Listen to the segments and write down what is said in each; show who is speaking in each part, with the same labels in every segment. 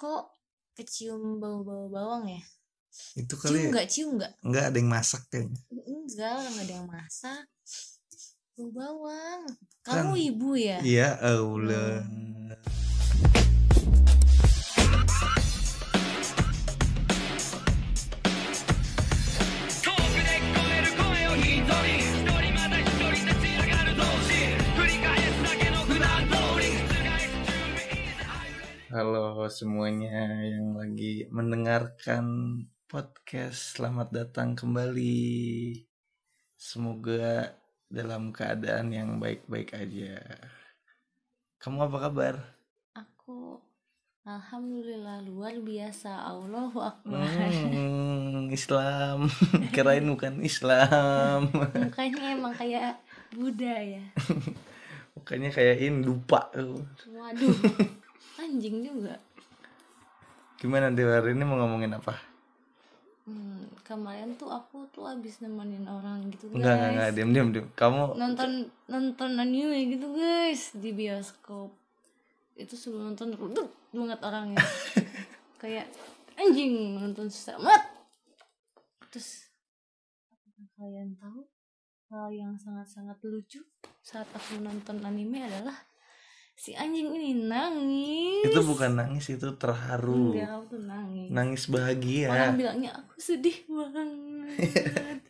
Speaker 1: kok kecium bau-bau bawang ya?
Speaker 2: Itu
Speaker 1: Cium
Speaker 2: kali ya?
Speaker 1: nggak? Cium nggak?
Speaker 2: nggak ada yang masak kayaknya.
Speaker 1: Enggak, nggak ada yang masak. Bau bawang. Kamu
Speaker 2: Kan-
Speaker 1: ibu ya?
Speaker 2: Iya, Hmm. Allah. Halo semuanya yang lagi mendengarkan podcast, selamat datang kembali. Semoga dalam keadaan yang baik-baik aja. Kamu apa kabar?
Speaker 1: Aku Alhamdulillah luar biasa Allahu Akbar
Speaker 2: Hmm, Islam. Kirain bukan Islam.
Speaker 1: Mukanya emang kayak Buddha ya
Speaker 2: Bukannya kayak ini lupa.
Speaker 1: Waduh Anjing juga
Speaker 2: Gimana Dew hari ini mau ngomongin apa?
Speaker 1: Hmm, kemarin tuh aku tuh abis nemenin orang gitu guys.
Speaker 2: Enggak, enggak, enggak. Diam, diam, diam. Kamu
Speaker 1: Nonton nonton anime gitu guys di bioskop. Itu sebelum nonton ruduk banget orangnya. Kayak anjing nonton susah banget. Terus apakah kalian tahu hal yang sangat-sangat lucu saat aku nonton anime adalah si anjing ini nangis.
Speaker 2: itu bukan nangis, itu terharu.
Speaker 1: Enggak, aku tuh nangis.
Speaker 2: Nangis ya? bahagia.
Speaker 1: Orang bilangnya aku sedih banget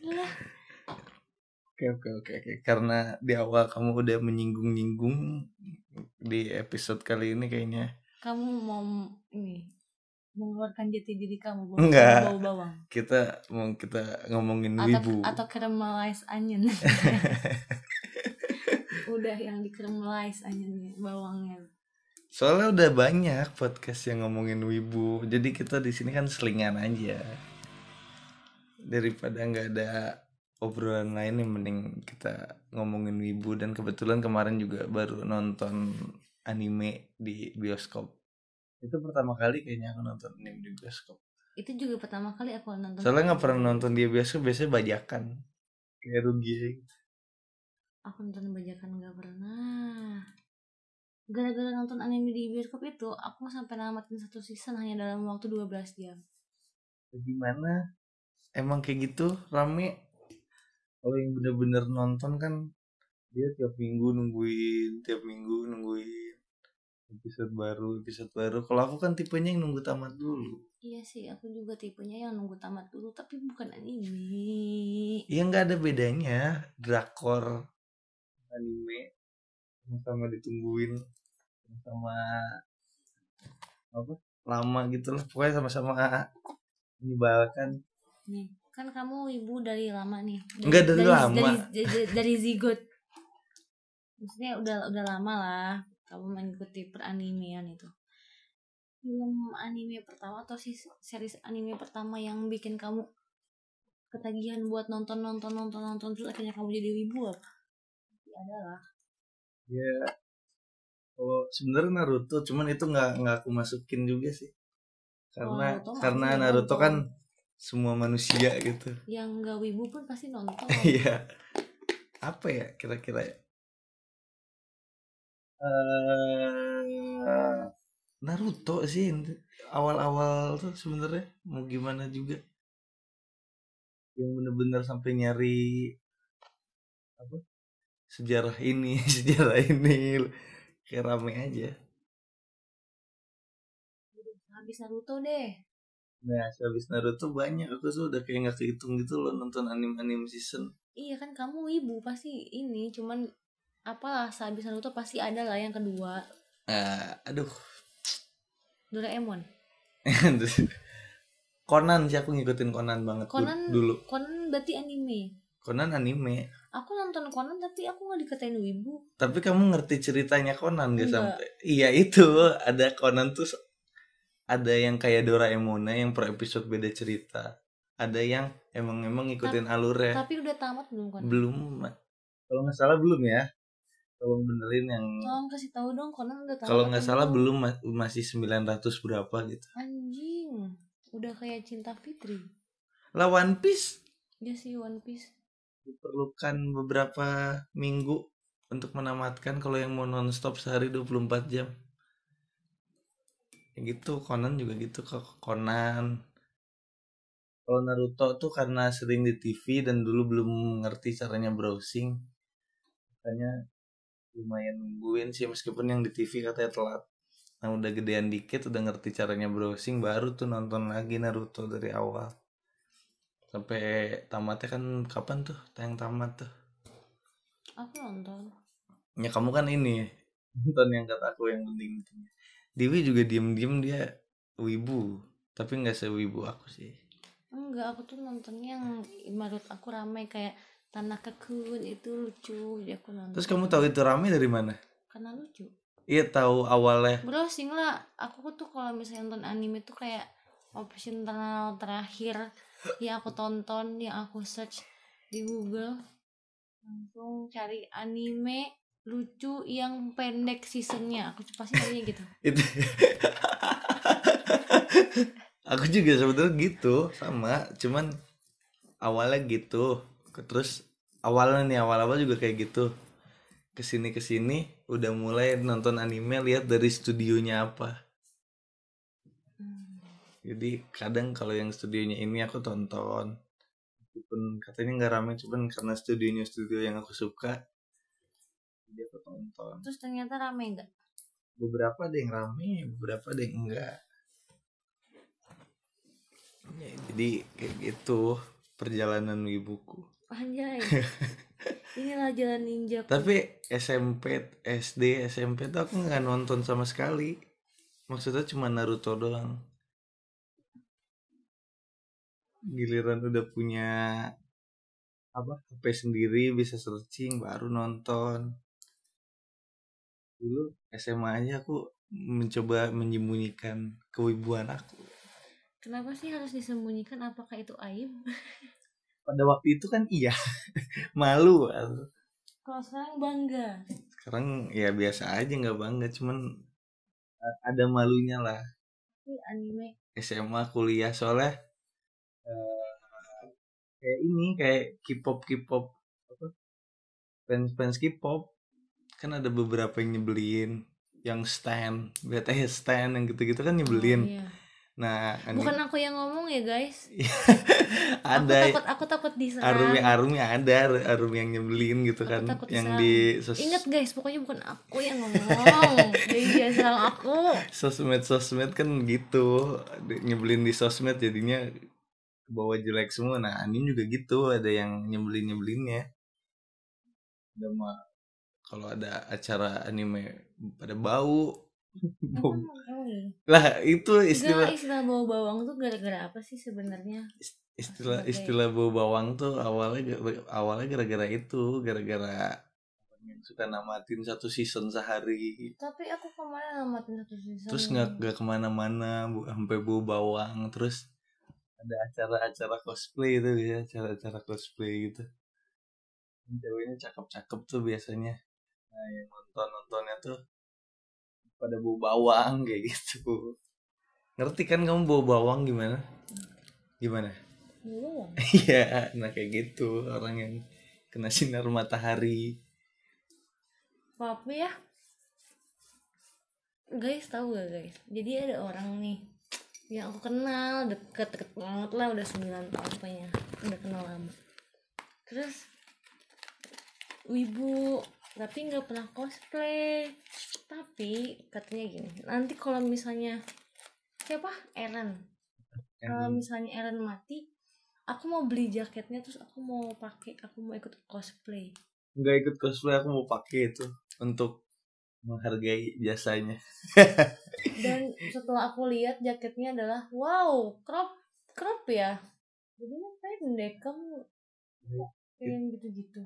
Speaker 1: lah.
Speaker 2: Oke oke oke oke karena di awal kamu udah menyinggung-nyinggung di episode kali ini kayaknya
Speaker 1: Kamu mau m- ini mengeluarkan jati diri kamu bau
Speaker 2: Enggak.
Speaker 1: bau bawang
Speaker 2: kita mau kita ngomongin
Speaker 1: atau
Speaker 2: wibu
Speaker 1: atau caramelized onion. Udah yang di caramelized onionnya bawangnya.
Speaker 2: soalnya udah banyak podcast yang ngomongin wibu jadi kita di sini kan selingan aja daripada nggak ada obrolan lain yang mending kita ngomongin wibu dan kebetulan kemarin juga baru nonton anime di bioskop itu pertama kali kayaknya aku nonton anime di bioskop
Speaker 1: Itu juga pertama kali aku nonton.
Speaker 2: Soalnya nggak pernah nonton dia biasa, biasanya bajakan. Kayak rugi aja.
Speaker 1: Aku nonton bajakan nggak pernah. Gara-gara nonton anime di bioskop itu, aku sampai namatin satu season hanya dalam waktu 12 jam.
Speaker 2: Gimana? Emang kayak gitu rame? Kalau yang bener-bener nonton kan dia tiap minggu nungguin, tiap minggu nungguin episode baru, episode baru. Kalau aku kan tipenya yang nunggu tamat dulu.
Speaker 1: Iya sih, aku juga tipenya yang nunggu tamat dulu, tapi bukan anime.
Speaker 2: Iya nggak ada bedanya drakor anime sama ditungguin sama apa lama gitu lah pokoknya sama-sama menyebalkan
Speaker 1: Nih, kan kamu ibu dari lama nih. Dari-
Speaker 2: Enggak, dari lama.
Speaker 1: Dari, dari, dari zigot. Maksudnya udah udah lama lah kamu mengikuti peranimean itu. Film anime pertama atau sih series anime pertama yang bikin kamu ketagihan buat nonton nonton nonton nonton terus akhirnya kamu jadi wibu apa? Ya, adalah
Speaker 2: oh Iya. sebenarnya Naruto cuman itu nggak nggak aku masukin juga sih karena
Speaker 1: Naruto mah
Speaker 2: karena
Speaker 1: aku juga
Speaker 2: Naruto
Speaker 1: nonton.
Speaker 2: kan semua manusia gitu
Speaker 1: yang gak wibu pun pasti nonton.
Speaker 2: Iya. Apa ya kira-kira ya? Eh, Naruto sih inti- awal-awal tuh sebenarnya mau gimana juga yang bener-bener sampai nyari apa sejarah ini sejarah ini kayak rame aja
Speaker 1: Habis Naruto deh.
Speaker 2: nah habis Naruto banyak aku tuh udah kayak nggak kehitung gitu loh nonton anime-anime season
Speaker 1: Iya kan kamu ibu pasti ini cuman apalah sehabis Naruto pasti ada lah yang kedua
Speaker 2: Eh, aduh
Speaker 1: Doraemon.
Speaker 2: Kan, Terus, Conan sih aku ngikutin Conan banget du-
Speaker 1: Conan-
Speaker 2: dulu.
Speaker 1: Conan berarti anime.
Speaker 2: Conan anime.
Speaker 1: Aku nonton Conan tapi aku nggak dikatain wibu.
Speaker 2: Tapi kamu ngerti ceritanya Conan
Speaker 1: Enggak.
Speaker 2: gak sampai? Iya itu ada Conan tuh s- ada yang kayak Doraemon yang per episode beda cerita. Ada yang emang emang ngikutin alurnya.
Speaker 1: Tapi udah tamat belum Conan?
Speaker 2: Belum. Ma. Kalau nggak salah belum ya. Kalau benerin yang
Speaker 1: Tolong kasih tahu kan. dong Conan udah tamat.
Speaker 2: kalau nggak
Speaker 1: atau
Speaker 2: salah belum ma- masih 900 berapa gitu.
Speaker 1: Anjing. Udah kayak cinta Fitri.
Speaker 2: Lah One Piece
Speaker 1: Dia sih One Piece.
Speaker 2: diperlukan beberapa minggu untuk menamatkan kalau yang mau nonstop sehari 24 jam. Ya gitu Conan juga gitu ke Conan kalau Naruto tuh karena sering di TV dan dulu belum ngerti caranya browsing makanya lumayan nungguin sih meskipun yang di TV katanya telat nah udah gedean dikit udah ngerti caranya browsing baru tuh nonton lagi Naruto dari awal sampai tamatnya kan kapan tuh tayang tamat tuh
Speaker 1: aku nonton
Speaker 2: ya kamu kan ini nonton yang kata aku yang penting pentingnya Dewi juga diem-diem dia wibu tapi nggak sewibu aku sih
Speaker 1: enggak aku tuh nontonnya yang menurut aku ramai kayak tanah kekun itu lucu jadi aku nonton
Speaker 2: terus kamu tahu itu rame dari mana
Speaker 1: karena lucu
Speaker 2: iya tahu awalnya
Speaker 1: browsing lah aku tuh kalau misalnya nonton anime tuh kayak option terkenal terakhir yang aku tonton yang aku search di Google langsung cari anime lucu yang pendek seasonnya aku pasti carinya gitu
Speaker 2: itu aku juga sebenarnya gitu sama cuman awalnya gitu Ke- terus awalnya nih awal-awal juga kayak gitu kesini kesini udah mulai nonton anime lihat dari studionya apa jadi kadang kalau yang studionya ini aku tonton meskipun katanya nggak rame cuman karena studionya studio yang aku suka jadi aku tonton
Speaker 1: terus ternyata rame enggak
Speaker 2: beberapa ada yang rame beberapa ada yang enggak Ya, jadi kayak gitu perjalanan wibuku
Speaker 1: anjay inilah jalan ninja
Speaker 2: tapi SMP SD SMP tuh aku nggak nonton sama sekali maksudnya cuma Naruto doang giliran udah punya apa HP sendiri bisa searching baru nonton dulu SMA aja aku mencoba menyembunyikan kewibuan aku
Speaker 1: kenapa sih harus disembunyikan apakah itu aib
Speaker 2: pada waktu itu kan iya malu kan.
Speaker 1: kalau sekarang bangga
Speaker 2: sekarang ya biasa aja nggak bangga cuman eh, ada malunya lah
Speaker 1: tapi anime
Speaker 2: SMA kuliah soalnya eh, kayak ini kayak K-pop K-pop apa fans fans K-pop kan ada beberapa yang nyebelin yang stan BTS stan yang gitu-gitu kan
Speaker 1: Oh,
Speaker 2: nyebelin
Speaker 1: iya.
Speaker 2: nah ani-
Speaker 1: bukan aku yang ngomong ya guys aku
Speaker 2: ada
Speaker 1: takut aku takut diserang
Speaker 2: Arumi Arumi ada Arumi yang nyebelin gitu
Speaker 1: Aku
Speaker 2: kan
Speaker 1: takut
Speaker 2: yang
Speaker 1: diserang.
Speaker 2: di sos-
Speaker 1: Ingat guys, pokoknya bukan aku yang ngomong. Jadi jangan salah aku.
Speaker 2: sosmed sosmed kan gitu Di- nyebelin di sosmed jadinya bawa jelek semua nah anime juga gitu ada yang nyebelin nyebelinnya ada mah kalau ada acara anime pada bau Bau.
Speaker 1: Emang- emang iya?
Speaker 2: lah itu
Speaker 1: Istilah
Speaker 2: istilah
Speaker 1: istilah bawa bawang tuh gara-gara apa sih sebenarnya?
Speaker 2: istilah
Speaker 1: sebagai-
Speaker 2: istilah bau bawang tuh awalnya gara- awalnya gara-gara itu gara-gara yang suka namatin satu season sehari
Speaker 1: Tapi aku kemarin ngamatin satu season.
Speaker 2: terus nggak nggak kemana-mana bu sampai bau bawang terus ada acara-acara cosplay itu ya acara-acara cosplay gitu Yang ceweknya cakep-cakep tuh biasanya nah yang nonton nontonnya tuh pada bau bawang kayak gitu ngerti kan kamu bau bawang gimana gimana
Speaker 1: Belum.
Speaker 2: iya nah kayak gitu orang yang kena sinar matahari
Speaker 1: Apa ya? Guys, tahu gak guys? Jadi ada orang nih yang aku kenal deket deket banget lah udah 9 tahun kayaknya udah kenal lama terus wibu tapi nggak pernah cosplay tapi katanya gini nanti kalau misalnya siapa Eren kalau
Speaker 2: yang
Speaker 1: misalnya Eren mati aku mau beli jaketnya terus aku mau pakai aku mau ikut cosplay
Speaker 2: nggak ikut cosplay aku mau pakai itu untuk menghargai jasanya
Speaker 1: dan setelah aku lihat jaketnya adalah wow crop crop ya jadinya pendek kamu
Speaker 2: Iya.
Speaker 1: kayak yang gitu-gitu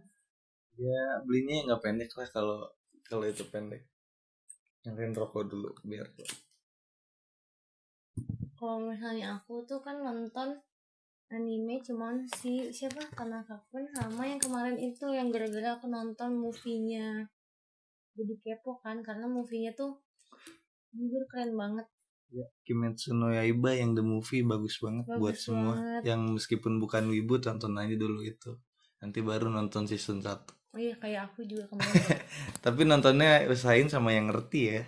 Speaker 2: ya belinya yang nggak pendek lah kalau kalau itu pendek nyalain rokok dulu biar
Speaker 1: kalau misalnya aku tuh kan nonton anime cuman si siapa Tanaka pun sama yang kemarin itu yang gara-gara aku nonton movie-nya jadi kepo kan karena movie-nya tuh jujur keren banget
Speaker 2: Kimetsu no Yaiba yang the movie bagus banget
Speaker 1: Bagus
Speaker 2: buat semua
Speaker 1: banget.
Speaker 2: yang meskipun bukan wibu tonton aja dulu itu nanti baru nonton season 1
Speaker 1: oh iya kayak aku juga kemarin
Speaker 2: tapi nontonnya usahain sama yang ngerti ya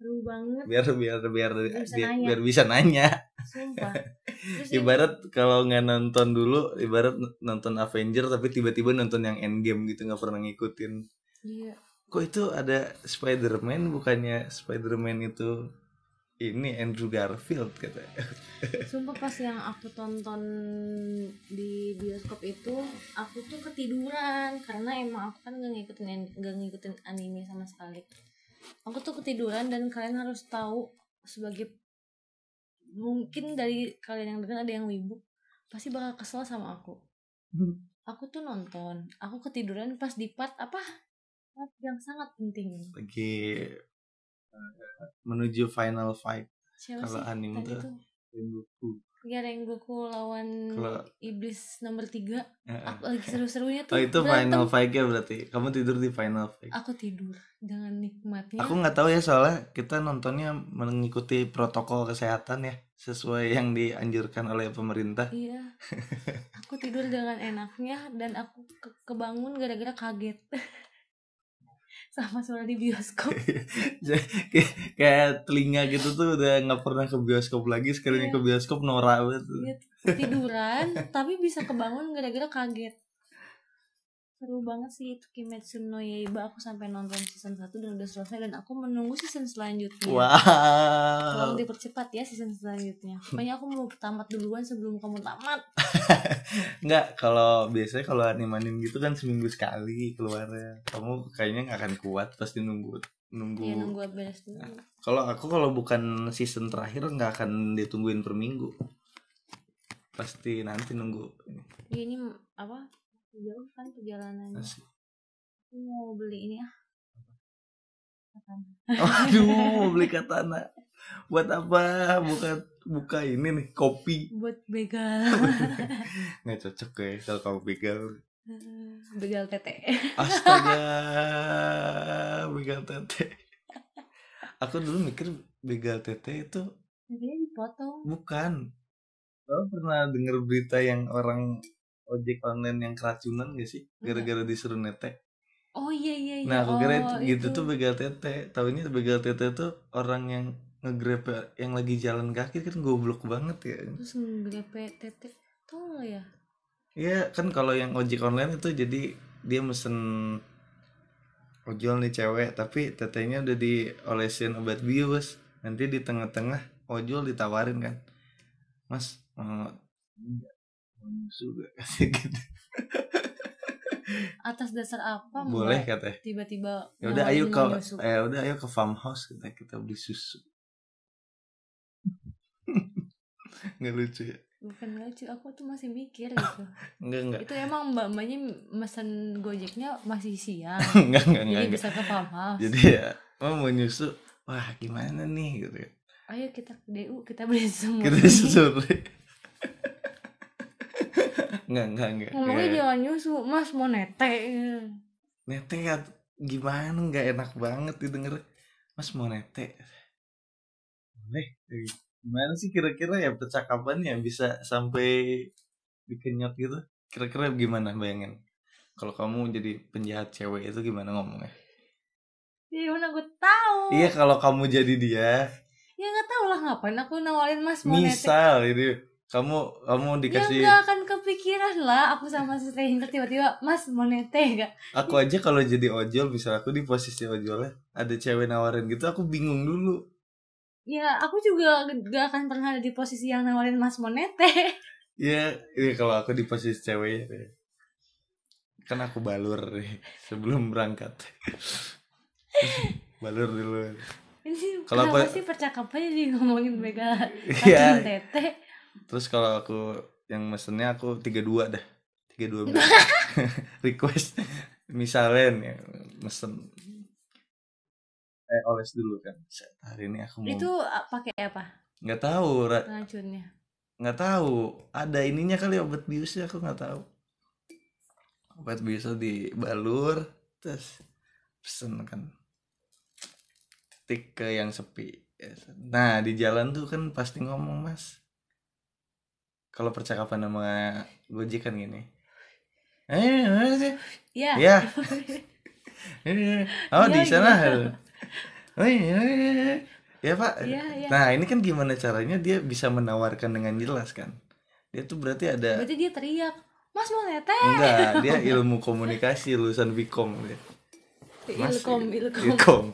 Speaker 1: seru banget
Speaker 2: biar biar biar
Speaker 1: Biar bisa
Speaker 2: biar,
Speaker 1: nanya.
Speaker 2: biar bisa nanya
Speaker 1: sumpah terus ya,
Speaker 2: ibarat kalau nggak nonton dulu ibarat nonton Avenger tapi tiba-tiba nonton yang Endgame gitu nggak pernah ngikutin
Speaker 1: iya
Speaker 2: kok itu ada Spider-Man bukannya Spider-Man itu ini Andrew Garfield ya? katanya
Speaker 1: sumpah pas yang aku tonton di bioskop itu aku tuh ketiduran karena emang aku kan gak ngikutin an- nggak ngikutin anime sama sekali aku tuh ketiduran dan kalian harus tahu sebagai mungkin dari kalian yang dengar ada yang wibu pasti bakal kesel sama aku aku tuh nonton aku ketiduran pas di part apa part yang sangat penting
Speaker 2: lagi eh, menuju final fight
Speaker 1: siapa
Speaker 2: kalau
Speaker 1: sih
Speaker 2: anime
Speaker 1: tadi
Speaker 2: tuh
Speaker 1: tuh
Speaker 2: Rengoku.
Speaker 1: ya Rengoku lawan
Speaker 2: Kalau-
Speaker 1: iblis nomor tiga
Speaker 2: Eh,
Speaker 1: aku lagi seru-serunya tuh
Speaker 2: Oh itu
Speaker 1: berantem.
Speaker 2: final fight-nya berarti kamu tidur di final fight
Speaker 1: aku tidur dengan nikmatnya
Speaker 2: Aku nggak tahu ya soalnya kita nontonnya mengikuti protokol kesehatan ya sesuai yang dianjurkan oleh pemerintah.
Speaker 1: iya aku tidur dengan enaknya dan aku ke- kebangun gara-gara kaget sama suara di bioskop
Speaker 2: Kayak telinga gitu tuh udah nggak pernah ke bioskop lagi
Speaker 1: Iya.
Speaker 2: sekalinya ke bioskop norak banget.
Speaker 1: Iya, tiduran tapi bisa kebangun gara-gara kaget seru banget sih itu Kimetsu no Yaiba aku sampai nonton season 1 dan udah selesai dan aku menunggu season selanjutnya
Speaker 2: Wow.
Speaker 1: Tolong dipercepat ya season selanjutnya Pokoknya aku mau tamat duluan sebelum kamu tamat
Speaker 2: Nggak kalau biasanya kalau animanin gitu kan seminggu sekali keluarnya. Kamu kayaknya nggak akan kuat pasti nunggu nunggu.
Speaker 1: Ya nunggu beres dulu
Speaker 2: Kalau aku kalau bukan season terakhir nggak akan ditungguin per minggu. Pasti nanti nunggu.
Speaker 1: Dia Iya, ini apa jauh kan perjalanannya
Speaker 2: Asik.
Speaker 1: aku mau beli ini ah Apaan?
Speaker 2: Aduh, mau beli katana. Buat apa? Buka buka ini nih kopi.
Speaker 1: buat begal
Speaker 2: Nggak cocok ya kalau kamu begal.
Speaker 1: begal tete
Speaker 2: Astaga, begal tete. Aku dulu mikir begal tete itu
Speaker 1: jadinya dipotong
Speaker 2: bukan. Kamu pernah denger berita yang orang ojek online yang keracunan gak sih? Gara-gara disuruh nete.
Speaker 1: oh iya iya iya
Speaker 2: Nah, aku kira itu,
Speaker 1: Oh,
Speaker 2: gitu tuh begal tete. Taunya begal tete tuh orang yang ngegrepe yang lagi jalan kaki kan goblok banget ya.
Speaker 1: terus ngegrepe tete tau nggak ya
Speaker 2: Iya kan kalau yang ojek online itu jadi dia mesen ojol nih cewek tapi tetenya udah diolesin obat bius nanti di tengah-tengah ojol ditawarin kan mas mau enggak, mau nyusu gak?" gitu.
Speaker 1: atas dasar apa Mbak?
Speaker 2: boleh katanya
Speaker 1: tiba-tiba
Speaker 2: ya udah ayo ke
Speaker 1: nawarin nyusuk?
Speaker 2: eh udah ayo ke farmhouse kita kita beli susu nggak lucu ya
Speaker 1: bukan lucu aku tuh masih mikir gitu
Speaker 2: nggak nggak
Speaker 1: itu emang mbak mbaknya mesen gojeknya masih siang
Speaker 2: nggak nggak nggak
Speaker 1: jadi
Speaker 2: nggak.
Speaker 1: bisa ke farmhouse
Speaker 2: jadi ya "Mah, mau nyusu wah gimana nih gitu ya
Speaker 1: ayo kita ke DU kita beli semua
Speaker 2: kita disuruh nggak nggak nggak
Speaker 1: ngomongnya
Speaker 2: nggak.
Speaker 1: jangan nyusu mas mau nete
Speaker 2: nete ya, gimana nggak enak banget didengar mas mau nete boleh Eh, gimana sih kira-kira ya percakapannya bisa sampai dikenyot gitu kira-kira gimana bayangin kalau kamu jadi penjahat cewek itu gimana ngomongnya
Speaker 1: ya mana gue tahu
Speaker 2: iya kalau kamu jadi dia
Speaker 1: ya nggak tahu lah ngapain aku nawarin mas mau nete
Speaker 2: misal ini kamu kamu
Speaker 1: ya
Speaker 2: dikasih
Speaker 1: nggak akan kepikiran lah aku sama si stranger tiba-tiba mas mau nete gak
Speaker 2: aku aja kalau jadi ojol misal aku di posisi ojolnya ada cewek nawarin gitu aku bingung dulu
Speaker 1: ya aku juga gak akan pernah ada di posisi yang nawarin mas mau nete
Speaker 2: ya ini kalau aku di posisi ceweknya ya. kan aku balur nih sebelum berangkat balur dulu
Speaker 1: ini
Speaker 2: Kalau
Speaker 1: kenapa
Speaker 2: aku-
Speaker 1: sih percakapannya jadi ngomongin mega
Speaker 2: Iya.
Speaker 1: kacang tete
Speaker 2: terus kalau aku yang mesennya aku 32 dah 32 bilang. request misalnya nih mesen eh oles dulu kan Set, hari ini aku mau
Speaker 1: itu ah, pakai apa
Speaker 2: nggak tahu Ra-
Speaker 1: racunnya
Speaker 2: nggak tahu ada ininya kali ya, obat biusnya aku nggak tahu obat biusnya dibalur terus pesen kan titik ke yang sepi nah di jalan tuh kan pasti ngomong mas kalau percakapan sama gojek kan gini eh mana sih
Speaker 1: ya
Speaker 2: ya oh di
Speaker 1: Iya,
Speaker 2: sana Oh,
Speaker 1: iya.
Speaker 2: Wih, ya pak.
Speaker 1: Iya, iya.
Speaker 2: Nah ini kan gimana caranya dia bisa menawarkan dengan jelas kan? Dia tuh berarti ada
Speaker 1: berarti dia teriak mas mau netes
Speaker 2: enggak dia ilmu komunikasi lulusan Bikom dia. Mas, iya.
Speaker 1: ilkom ilkom
Speaker 2: Ilkom.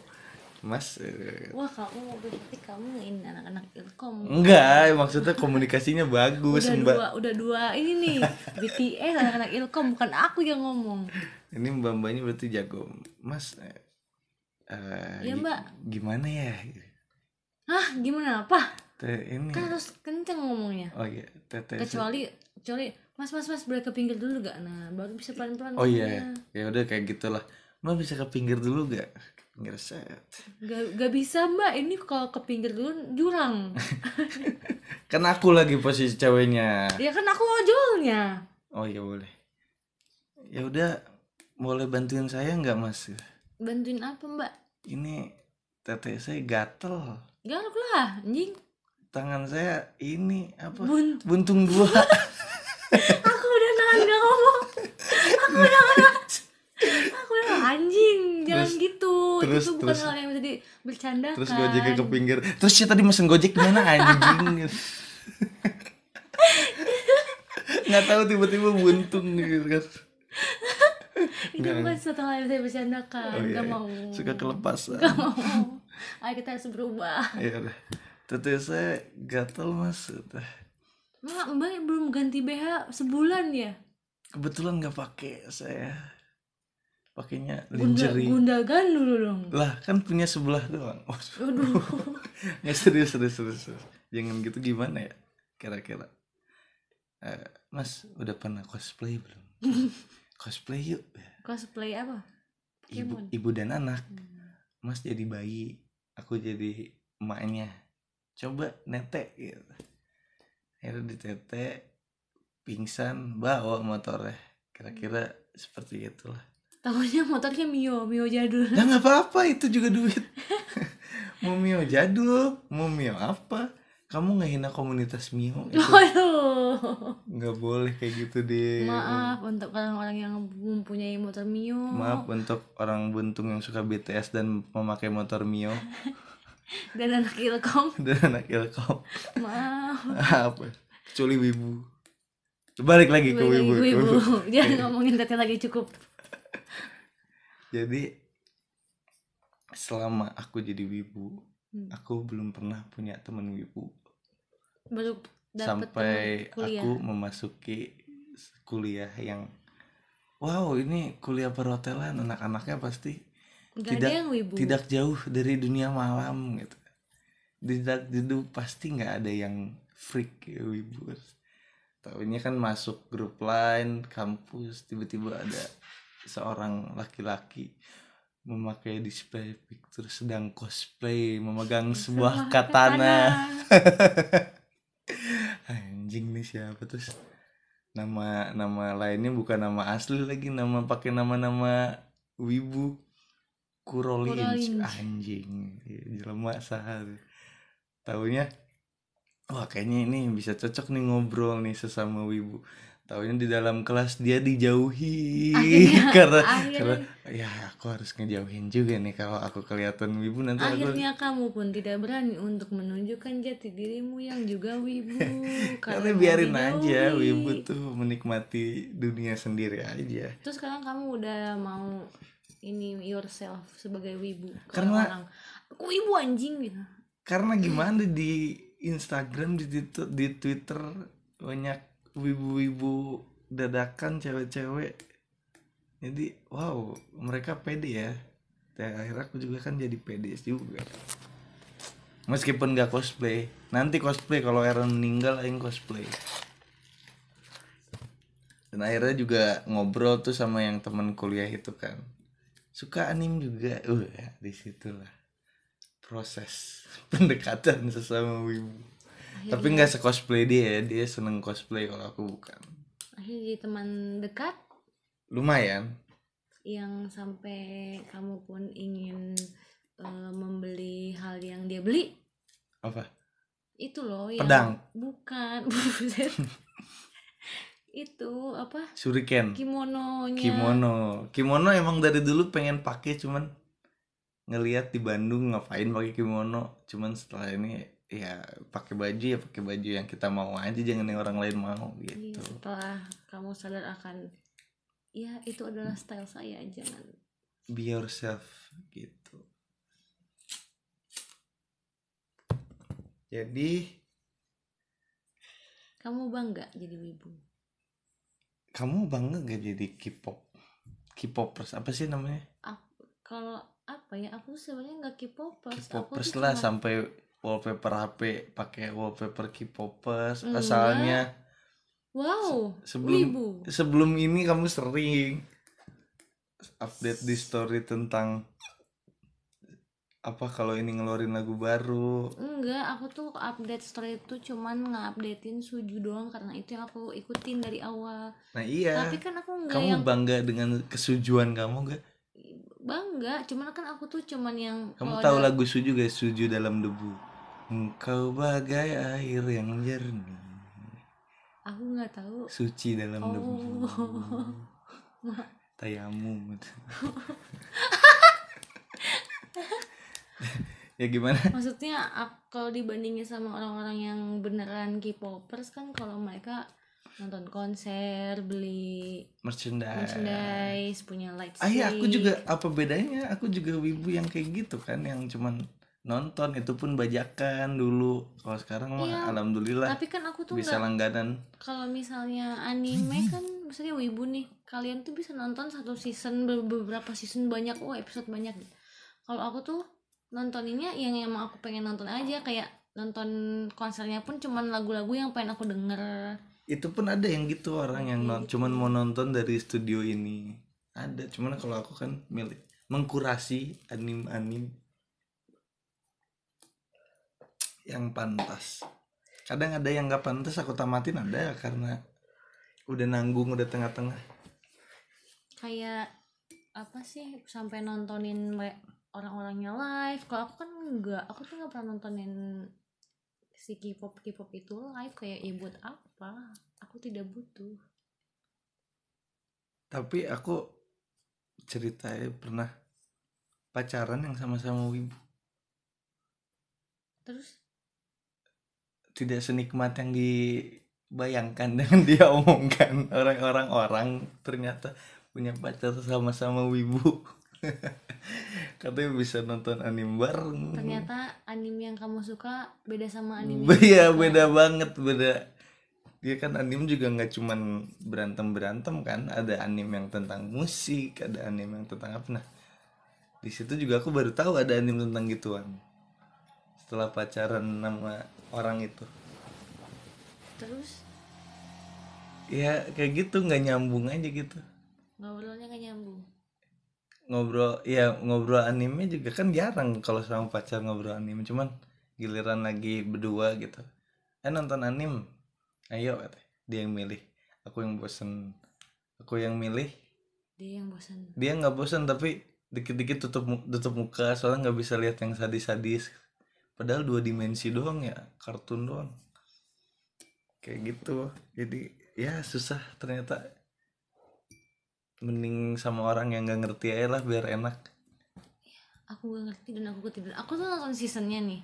Speaker 2: Mas eh,
Speaker 1: wah kamu berarti kamu ini anak-anak ilkom
Speaker 2: Hmm, enggak maksudnya komunikasinya bagus
Speaker 1: udah
Speaker 2: mbak.
Speaker 1: dua udah dua ini nih BTS anak-anak ilkom bukan aku yang ngomong
Speaker 2: Ini mbak mbaknya berarti jago. Mas. eh, eh,
Speaker 1: Iya,
Speaker 2: gi-
Speaker 1: Mbak.
Speaker 2: Gimana ya?
Speaker 1: ah gimana apa
Speaker 2: Teh ini.
Speaker 1: kan harus kenceng ngomongnya
Speaker 2: Oh iya. Teteh.
Speaker 1: kecuali kecuali mas mas mas boleh ke pinggir dulu gak nah baru bisa pelan pelan
Speaker 2: Oh iya, ya udah kayak gitulah. Mbak bisa ke pinggir dulu gak? Ke Pinggir set.
Speaker 1: gak, gak bisa mbak ini kalau ke pinggir dulu jurang
Speaker 2: Kan aku lagi posisi ceweknya.
Speaker 1: ya kan aku ojolnya
Speaker 2: Oh iya boleh. Ya udah, boleh bantuin saya nggak mas?
Speaker 1: bantuin apa mbak
Speaker 2: Ini teteh saya gatel.
Speaker 1: galak lah anjing
Speaker 2: Tangan saya ini apa?
Speaker 1: bun
Speaker 2: Buntung dua.
Speaker 1: aku udah nahan gak ngomong aku udah nahan aku udah nahan, anjing jangan
Speaker 2: Terus-
Speaker 1: gitu
Speaker 2: terus-
Speaker 1: itu tuh bukan
Speaker 2: terus.
Speaker 1: hal yang bisa dibercandakan
Speaker 2: Terus gojeknya ke pinggir. Terus sih tadi mesen gojek gimana anjing? nggak tahu tiba-tiba buntung gitu kan.
Speaker 1: itu bukan kan suatu hal yang bisa dibercandakan
Speaker 2: Oh, iya,
Speaker 1: gak
Speaker 2: iya.
Speaker 1: mau
Speaker 2: Suka kelepasan.
Speaker 1: gak mau ayo kita harus berubah
Speaker 2: Iya deh. Teteh saya gatel mas. Teteh.
Speaker 1: Mak, mbak belum ganti BH sebulan ya
Speaker 2: Kebetulan nggak pakai saya. Pakainya
Speaker 1: Gunda,
Speaker 2: lingerie.
Speaker 1: gundagan dulu dong
Speaker 2: Lah kan punya sebelah doang. Waduh.
Speaker 1: Aduh,
Speaker 2: Nggak serius, serius, serius, serius. Jangan gitu gimana ya? Kira-kira. Eh, mas udah pernah cosplay belum? cosplay yuk.
Speaker 1: cosplay apa? Pokemon.
Speaker 2: Ibu, ibu dan anak.
Speaker 1: Hmm.
Speaker 2: Mas jadi bayi. Aku jadi emaknya. Coba netek gitu. Akhirnya ditetek. Pingsan. Bawa motornya. Kira-kira seperti itulah.
Speaker 1: Tahunya motornya Mio, Mio jadul.
Speaker 2: Lah nggak apa-apa itu juga duit. mau mio jadul, mau mio apa? Kamu ngehina komunitas mio itu
Speaker 1: Waduh.
Speaker 2: nggak boleh kayak gitu deh.
Speaker 1: Maaf untuk orang-orang yang mempunyai motor Mio.
Speaker 2: Maaf untuk orang buntung yang suka BTS dan memakai motor mio
Speaker 1: Dan anak ilkom.
Speaker 2: dan anak ilkom.
Speaker 1: Maaf.
Speaker 2: apa? Kecuali wibu. Balik lagi ke
Speaker 1: Balik lagi
Speaker 2: wibu.
Speaker 1: ke Wibu.
Speaker 2: Iya.
Speaker 1: Jangan ngomongin teteh lagi cukup.
Speaker 2: Jadi selama aku jadi wibu,
Speaker 1: Hmm.
Speaker 2: aku belum pernah punya temen wibu.
Speaker 1: Baru dapet
Speaker 2: sampai
Speaker 1: teman kuliah.
Speaker 2: aku memasuki s- kuliah yang wow ini kuliah perhotelan anak-anaknya pasti
Speaker 1: Gak
Speaker 2: tidak-
Speaker 1: ada yang wibu.
Speaker 2: tidak jauh dari dunia malam gitu tidak duduk pasti nggak ada yang freak ya, wibu tahunya kan masuk grup lain kampus tiba-tiba ada seorang laki-laki memakai display picture sedang cosplay memegang sebuah katana anjing nih siapa terus nama nama lainnya bukan nama asli lagi nama pakai nama nama wibu Kurolinj
Speaker 1: Kurolinj.
Speaker 2: anjing Ya, jelema sahal taunya wah kayaknya ini bisa cocok nih ngobrol nih sesama wibu taunya di dalam kelas dia dijauhi
Speaker 1: Akhirnya-
Speaker 2: karena
Speaker 1: Akhirnya,
Speaker 2: karena, ya aku harus ngejauhin juga nih kalau aku kelihatan wibu nanti aku
Speaker 1: akhirnya kamu pun tidak berani untuk menunjukkan jati dirimu yang juga wibu.
Speaker 2: Karena biarin aja
Speaker 1: dijauhi.
Speaker 2: wibu tuh menikmati dunia sendiri aja.
Speaker 1: Terus sekarang kamu udah mau ini yourself sebagai wibu ke
Speaker 2: Karena-
Speaker 1: orang. Aku ibu anjing gitu.
Speaker 2: Karena gimana di Instagram di Twitter, di Twitter banyak wibu-wibu dadakan cewek-cewek. Jadi wow, mereka pede ya. Dan akhirnya aku juga kan jadi pede juga. Meskipun gak cosplay, nanti cosplay kalau Aaron meninggal aing cosplay. dan akhirnya juga ngobrol tuh sama yang teman kuliah itu kan suka anim juga uh ya, disitulah proses pendekatan sesama wibu tapi nggak se cosplay dia ya dia seneng cosplay kalau aku bukan
Speaker 1: Akhirnya jadi teman dekat
Speaker 2: lumayan
Speaker 1: yang sampai kamu pun ingin eh, membeli hal yang dia beli
Speaker 2: apa
Speaker 1: itu loh yang
Speaker 2: pedang
Speaker 1: bukan buset. itu apa Iya.
Speaker 2: shuriken
Speaker 1: kimononya
Speaker 2: kimono kimono emang dari dulu pengen pakai cuman ngelihat di Bandung ngapain pakai kimono cuman setelah ini ya pakai baju ya pakai baju yang kita mau aja jangan yang orang lain mau
Speaker 1: Iya,
Speaker 2: gitu
Speaker 1: setelah kamu sadar akan ya itu adalah style saya jangan
Speaker 2: be yourself gitu jadi
Speaker 1: kamu bangga jadi wibu
Speaker 2: kamu bangga gak jadi K-pop K-popers apa sih namanya
Speaker 1: kalau apa ya aku tuh sebenarnya nggak K-popers aku
Speaker 2: K-popers
Speaker 1: tuh
Speaker 2: lah
Speaker 1: cuma-
Speaker 2: sampai wallpaper HP pakai wallpaper K-popers
Speaker 1: Enggak.
Speaker 2: asalnya
Speaker 1: wow
Speaker 2: sebelum
Speaker 1: wibu
Speaker 2: sebelum ini kamu sering update di story tentang apa kalau ini ngeluarin lagu baru
Speaker 1: enggak aku tuh update story itu cuman ngupdatein suju doang karena itu yang aku ikutin dari awal
Speaker 2: nah iya
Speaker 1: tapi kan aku nggak yang
Speaker 2: kamu bangga dengan kesujuan kamu gak
Speaker 1: bangga cuman kan aku tuh cuman yang kalau
Speaker 2: kamu tahu
Speaker 1: ada-
Speaker 2: lagu suju gak suju dalam debu engkau bagai air yang jernih
Speaker 1: aku nggak tahu
Speaker 2: suci dalam
Speaker 1: Oh.
Speaker 2: debu tayamum gitu. ya gimana
Speaker 1: maksudnya ak- kalau dibandingin sama orang-orang yang beneran K-popers kan kalau mereka nonton konser beli
Speaker 2: merchandise
Speaker 1: merchandise punya light
Speaker 2: Eh. ah iya aku
Speaker 1: stick.
Speaker 2: juga apa bedanya aku juga wibu yang kayak gitu kan yang cuman nonton itu pun bajakan dulu kalau sekarang mah
Speaker 1: Iya,
Speaker 2: alhamdulillah
Speaker 1: tapi kan aku tuh
Speaker 2: bisa
Speaker 1: nggak
Speaker 2: langganan
Speaker 1: kalau misalnya anime kan misalnya wibu nih kalian tuh bisa nonton satu season ber- beberapa season banyak oh episode banyak kalau aku tuh nontoninnya yang emang aku pengen nonton aja kayak nonton konsernya pun cuman lagu-lagu yang pengen aku denger
Speaker 2: itu pun ada yang gitu orang yang non-
Speaker 1: Gitu.
Speaker 2: cuman mau nonton dari studio ini ada cuman kalau aku kan milik mengkurasi anim anim yang pantas kadang ada yang nggak pantas aku tamatin ada karena udah nanggung udah tengah-tengah
Speaker 1: kayak apa sih sampai nontonin me- orang-orangnya live kalau aku kan enggak aku tuh nggak pernah nontonin si K-pop K-pop itu live kayak ya buat apa aku tidak butuh
Speaker 2: tapi aku ceritanya pernah pacaran yang sama-sama wibu
Speaker 1: terus
Speaker 2: tidak senikmat yang dibayangkan dengan dia omongkan orang-orang orang ternyata punya pacar sama-sama wibu katanya bisa nonton anime bareng
Speaker 1: ternyata anime yang kamu suka beda sama anime yang
Speaker 2: Iya
Speaker 1: aku suka.
Speaker 2: beda banget beda dia kan anime juga nggak cuman berantem berantem kan ada anime yang tentang musik ada anime yang tentang apa nah di situ juga aku baru tahu ada anime tentang gituan setelah pacaran sama orang itu
Speaker 1: terus
Speaker 2: ya kayak gitu nggak nyambung aja gitu
Speaker 1: ngobrolnya gak nyambung
Speaker 2: ngobrol ya ngobrol anime juga kan jarang kalau sama pacar ngobrol anime cuman giliran lagi berdua gitu eh nonton anime ayo kata dia yang milih aku yang bosen aku yang milih
Speaker 1: dia yang bosan
Speaker 2: dia nggak bosen tapi dikit-dikit tutup mu- tutup muka soalnya nggak bisa lihat yang sadis-sadis padahal dua dimensi doang ya kartun doang kayak gitu jadi ya susah ternyata mending sama orang yang nggak ngerti aja lah biar enak
Speaker 1: aku gak ngerti dan aku ketiduran aku tuh nonton seasonnya nih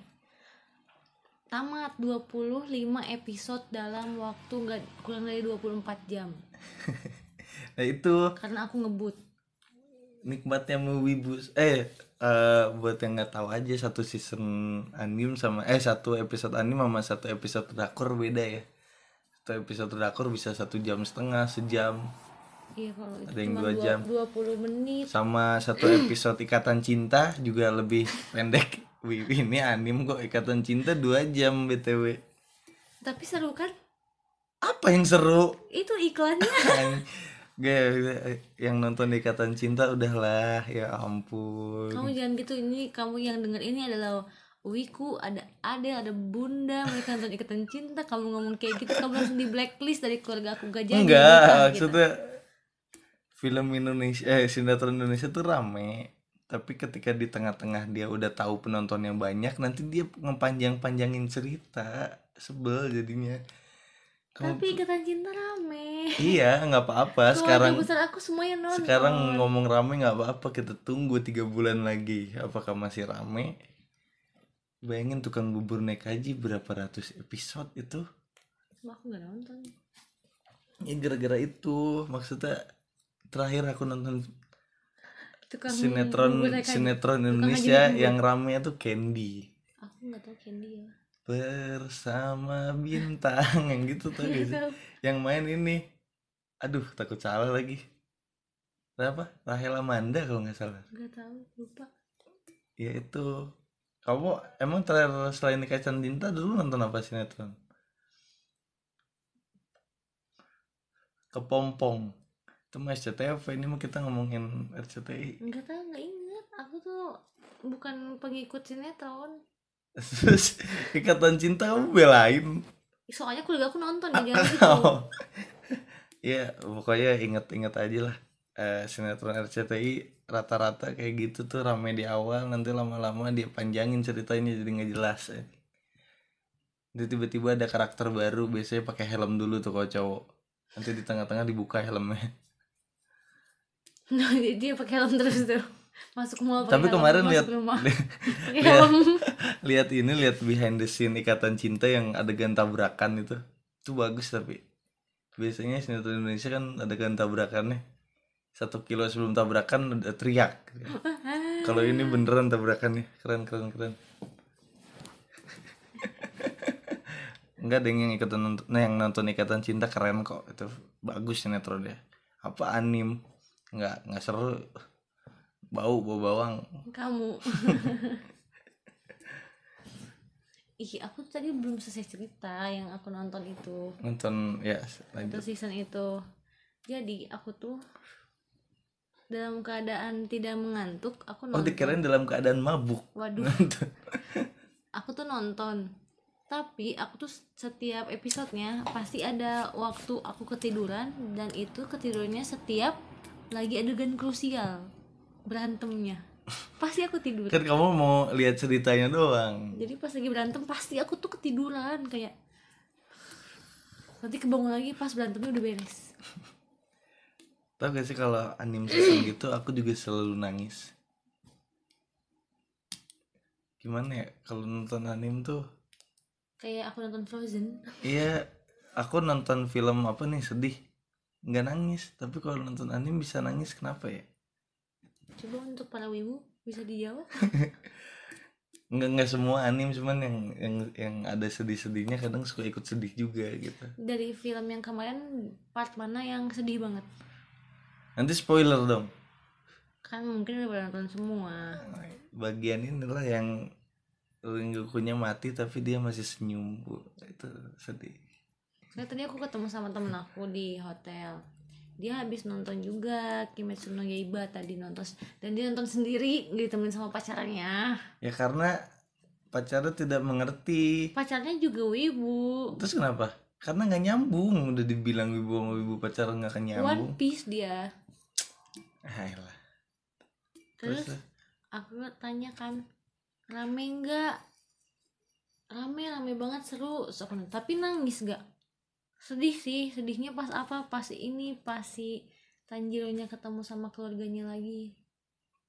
Speaker 1: tamat 25 episode dalam waktu nggak kurang dari 24 jam
Speaker 2: nah itu
Speaker 1: karena aku ngebut
Speaker 2: nikmatnya wibu eh eh, buat yang nggak tahu aja satu season anime sama eh satu episode anime sama satu episode drakor beda ya satu episode drakor bisa satu jam setengah sejam
Speaker 1: iya kalau itu
Speaker 2: Ada yang
Speaker 1: cuma
Speaker 2: dua jam.
Speaker 1: 20 menit
Speaker 2: sama satu episode ikatan cinta juga lebih pendek Wih, ini anime kok ikatan cinta dua jam btw
Speaker 1: tapi seru kan
Speaker 2: apa yang seru
Speaker 1: itu iklannya
Speaker 2: Ang- Gue- yang nonton ikatan cinta udahlah ya ampun
Speaker 1: kamu jangan gitu ini kamu yang denger ini adalah Wiku, ada Ade, ada Bunda, mereka nonton ikatan cinta, kamu ngomong kayak gitu, kamu langsung di blacklist dari keluarga aku gak jadi
Speaker 2: Enggak,
Speaker 1: nikah, gitu.
Speaker 2: maksudnya film Indonesia eh sinetron Indonesia tuh rame. Tapi ketika di tengah-tengah dia udah tahu penontonnya banyak, nanti dia ngepanjang-panjangin cerita, sebel jadinya. Kamu-
Speaker 1: tapi ikatan cinta rame
Speaker 2: iya nggak apa-apa
Speaker 1: sekarang
Speaker 2: sekarang
Speaker 1: besar aku semuanya nonton
Speaker 2: sekarang ngomong rame nggak apa-apa kita tunggu tiga bulan lagi apakah masih rame bayangin tukang bubur naik haji berapa ratus episode itu
Speaker 1: Cuma aku gak nonton
Speaker 2: ya gara-gara itu maksudnya terakhir aku nonton
Speaker 1: Tukang
Speaker 2: sinetron
Speaker 1: bubur naik haji.
Speaker 2: sinetron
Speaker 1: Tukang
Speaker 2: Indonesia
Speaker 1: haji naik
Speaker 2: yang rame itu Candy
Speaker 1: aku gak tau Candy ya
Speaker 2: bersama bintang yang gitu tuh
Speaker 1: Gak
Speaker 2: gitu.
Speaker 1: tau.
Speaker 2: yang main ini aduh takut salah lagi apa Rahel Amanda kalau nggak salah
Speaker 1: gak tau lupa
Speaker 2: ya itu kamu emang terakhir selain Ikatan Cinta dulu nonton apa sinetron kepompong itu mah SCTV ini mah kita ngomongin RCTI
Speaker 1: gak tau gak inget aku tuh bukan pengikut sinetron
Speaker 2: Terus, Ikatan Cinta kamu belain
Speaker 1: soalnya kuliah aku nonton ya jangan gitu
Speaker 2: Oh. ya pokoknya inget-inget aja lah Eh, sinetron RCTI rata-rata kayak gitu tuh rame di awal nanti lama-lama dia panjangin ceritanya jadi nggak jelas ya. Nanti tiba-tiba ada karakter baru biasanya pakai helm dulu tuh kalau cowok nanti di tengah-tengah dibuka helmnya
Speaker 1: Nah, dia, dia pakai helm terus tuh masuk mall pakai
Speaker 2: Tapi
Speaker 1: helm,
Speaker 2: kemarin
Speaker 1: masuk
Speaker 2: lihat- Iya.
Speaker 1: rumah pakai
Speaker 2: lihat-
Speaker 1: helm
Speaker 2: lihat ini lihat behind the scene ikatan cinta yang adegan tabrakan itu itu bagus tapi biasanya sinetron Indonesia kan adegan tabrakannya satu kilo sebelum tabrakan udah teriak kalau ini beneran tabrakannya keren keren keren Enggak deng yang ikatan nont- nah, yang nonton ikatan cinta keren kok itu bagus sinetronnya apa anim nggak nggak seru bau bau bawang
Speaker 1: kamu ih aku tuh tadi belum selesai cerita yang aku nonton itu
Speaker 2: nonton ya lanjut.
Speaker 1: itu season itu jadi aku tuh dalam keadaan tidak mengantuk aku
Speaker 2: Oh
Speaker 1: nonton
Speaker 2: dikirain dalam keadaan mabuk
Speaker 1: waduh aku tuh nonton tapi aku tuh setiap episodenya pasti ada waktu aku ketiduran dan itu ketidurnya setiap lagi adegan krusial berantemnya pasti aku tidur
Speaker 2: Kan kamu mau lihat ceritanya doang
Speaker 1: jadi pas lagi berantem pasti aku tuh ketiduran kayak nanti kebangun lagi pas berantemnya udah beres
Speaker 2: Tau gak sih kalau anime season gitu aku juga selalu nangis Gimana ya kalau nonton anime tuh
Speaker 1: kayak aku nonton Frozen
Speaker 2: Iya aku nonton film apa nih sedih nggak nangis tapi kalau nonton anime bisa nangis kenapa ya
Speaker 1: coba untuk para wibu bisa dijawab
Speaker 2: nggak nggak semua anime cuman yang yang yang ada sedih-sedihnya kadang suka ikut sedih juga gitu
Speaker 1: dari film yang kemarin part mana yang sedih banget
Speaker 2: nanti spoiler dong
Speaker 1: kan mungkin udah pada nonton semua
Speaker 2: bagian inilah yang lingkukunya mati tapi dia masih senyum Bu. itu sedih
Speaker 1: Soalnya tadi aku ketemu sama temen aku di hotel dia habis nonton juga Kimetsu no Yaiba tadi nonton dan dia nonton sendiri nggak ditemenin sama pacarnya
Speaker 2: ya karena pacarnya tidak mengerti
Speaker 1: pacarnya juga wibu
Speaker 2: terus kenapa karena nggak nyambung udah dibilang ibu sama ibu pacar nggak akan
Speaker 1: One
Speaker 2: nyambung
Speaker 1: Piece dia
Speaker 2: ah, elah.
Speaker 1: terus
Speaker 2: Terus?
Speaker 1: aku tanya kan rame nggak rame rame banget seru Terus aku nanya, tapi nangis nggak sedih sih sedihnya pas apa pas ini pas si Tanjiro-nya ketemu sama keluarganya
Speaker 2: Ya.
Speaker 1: lagi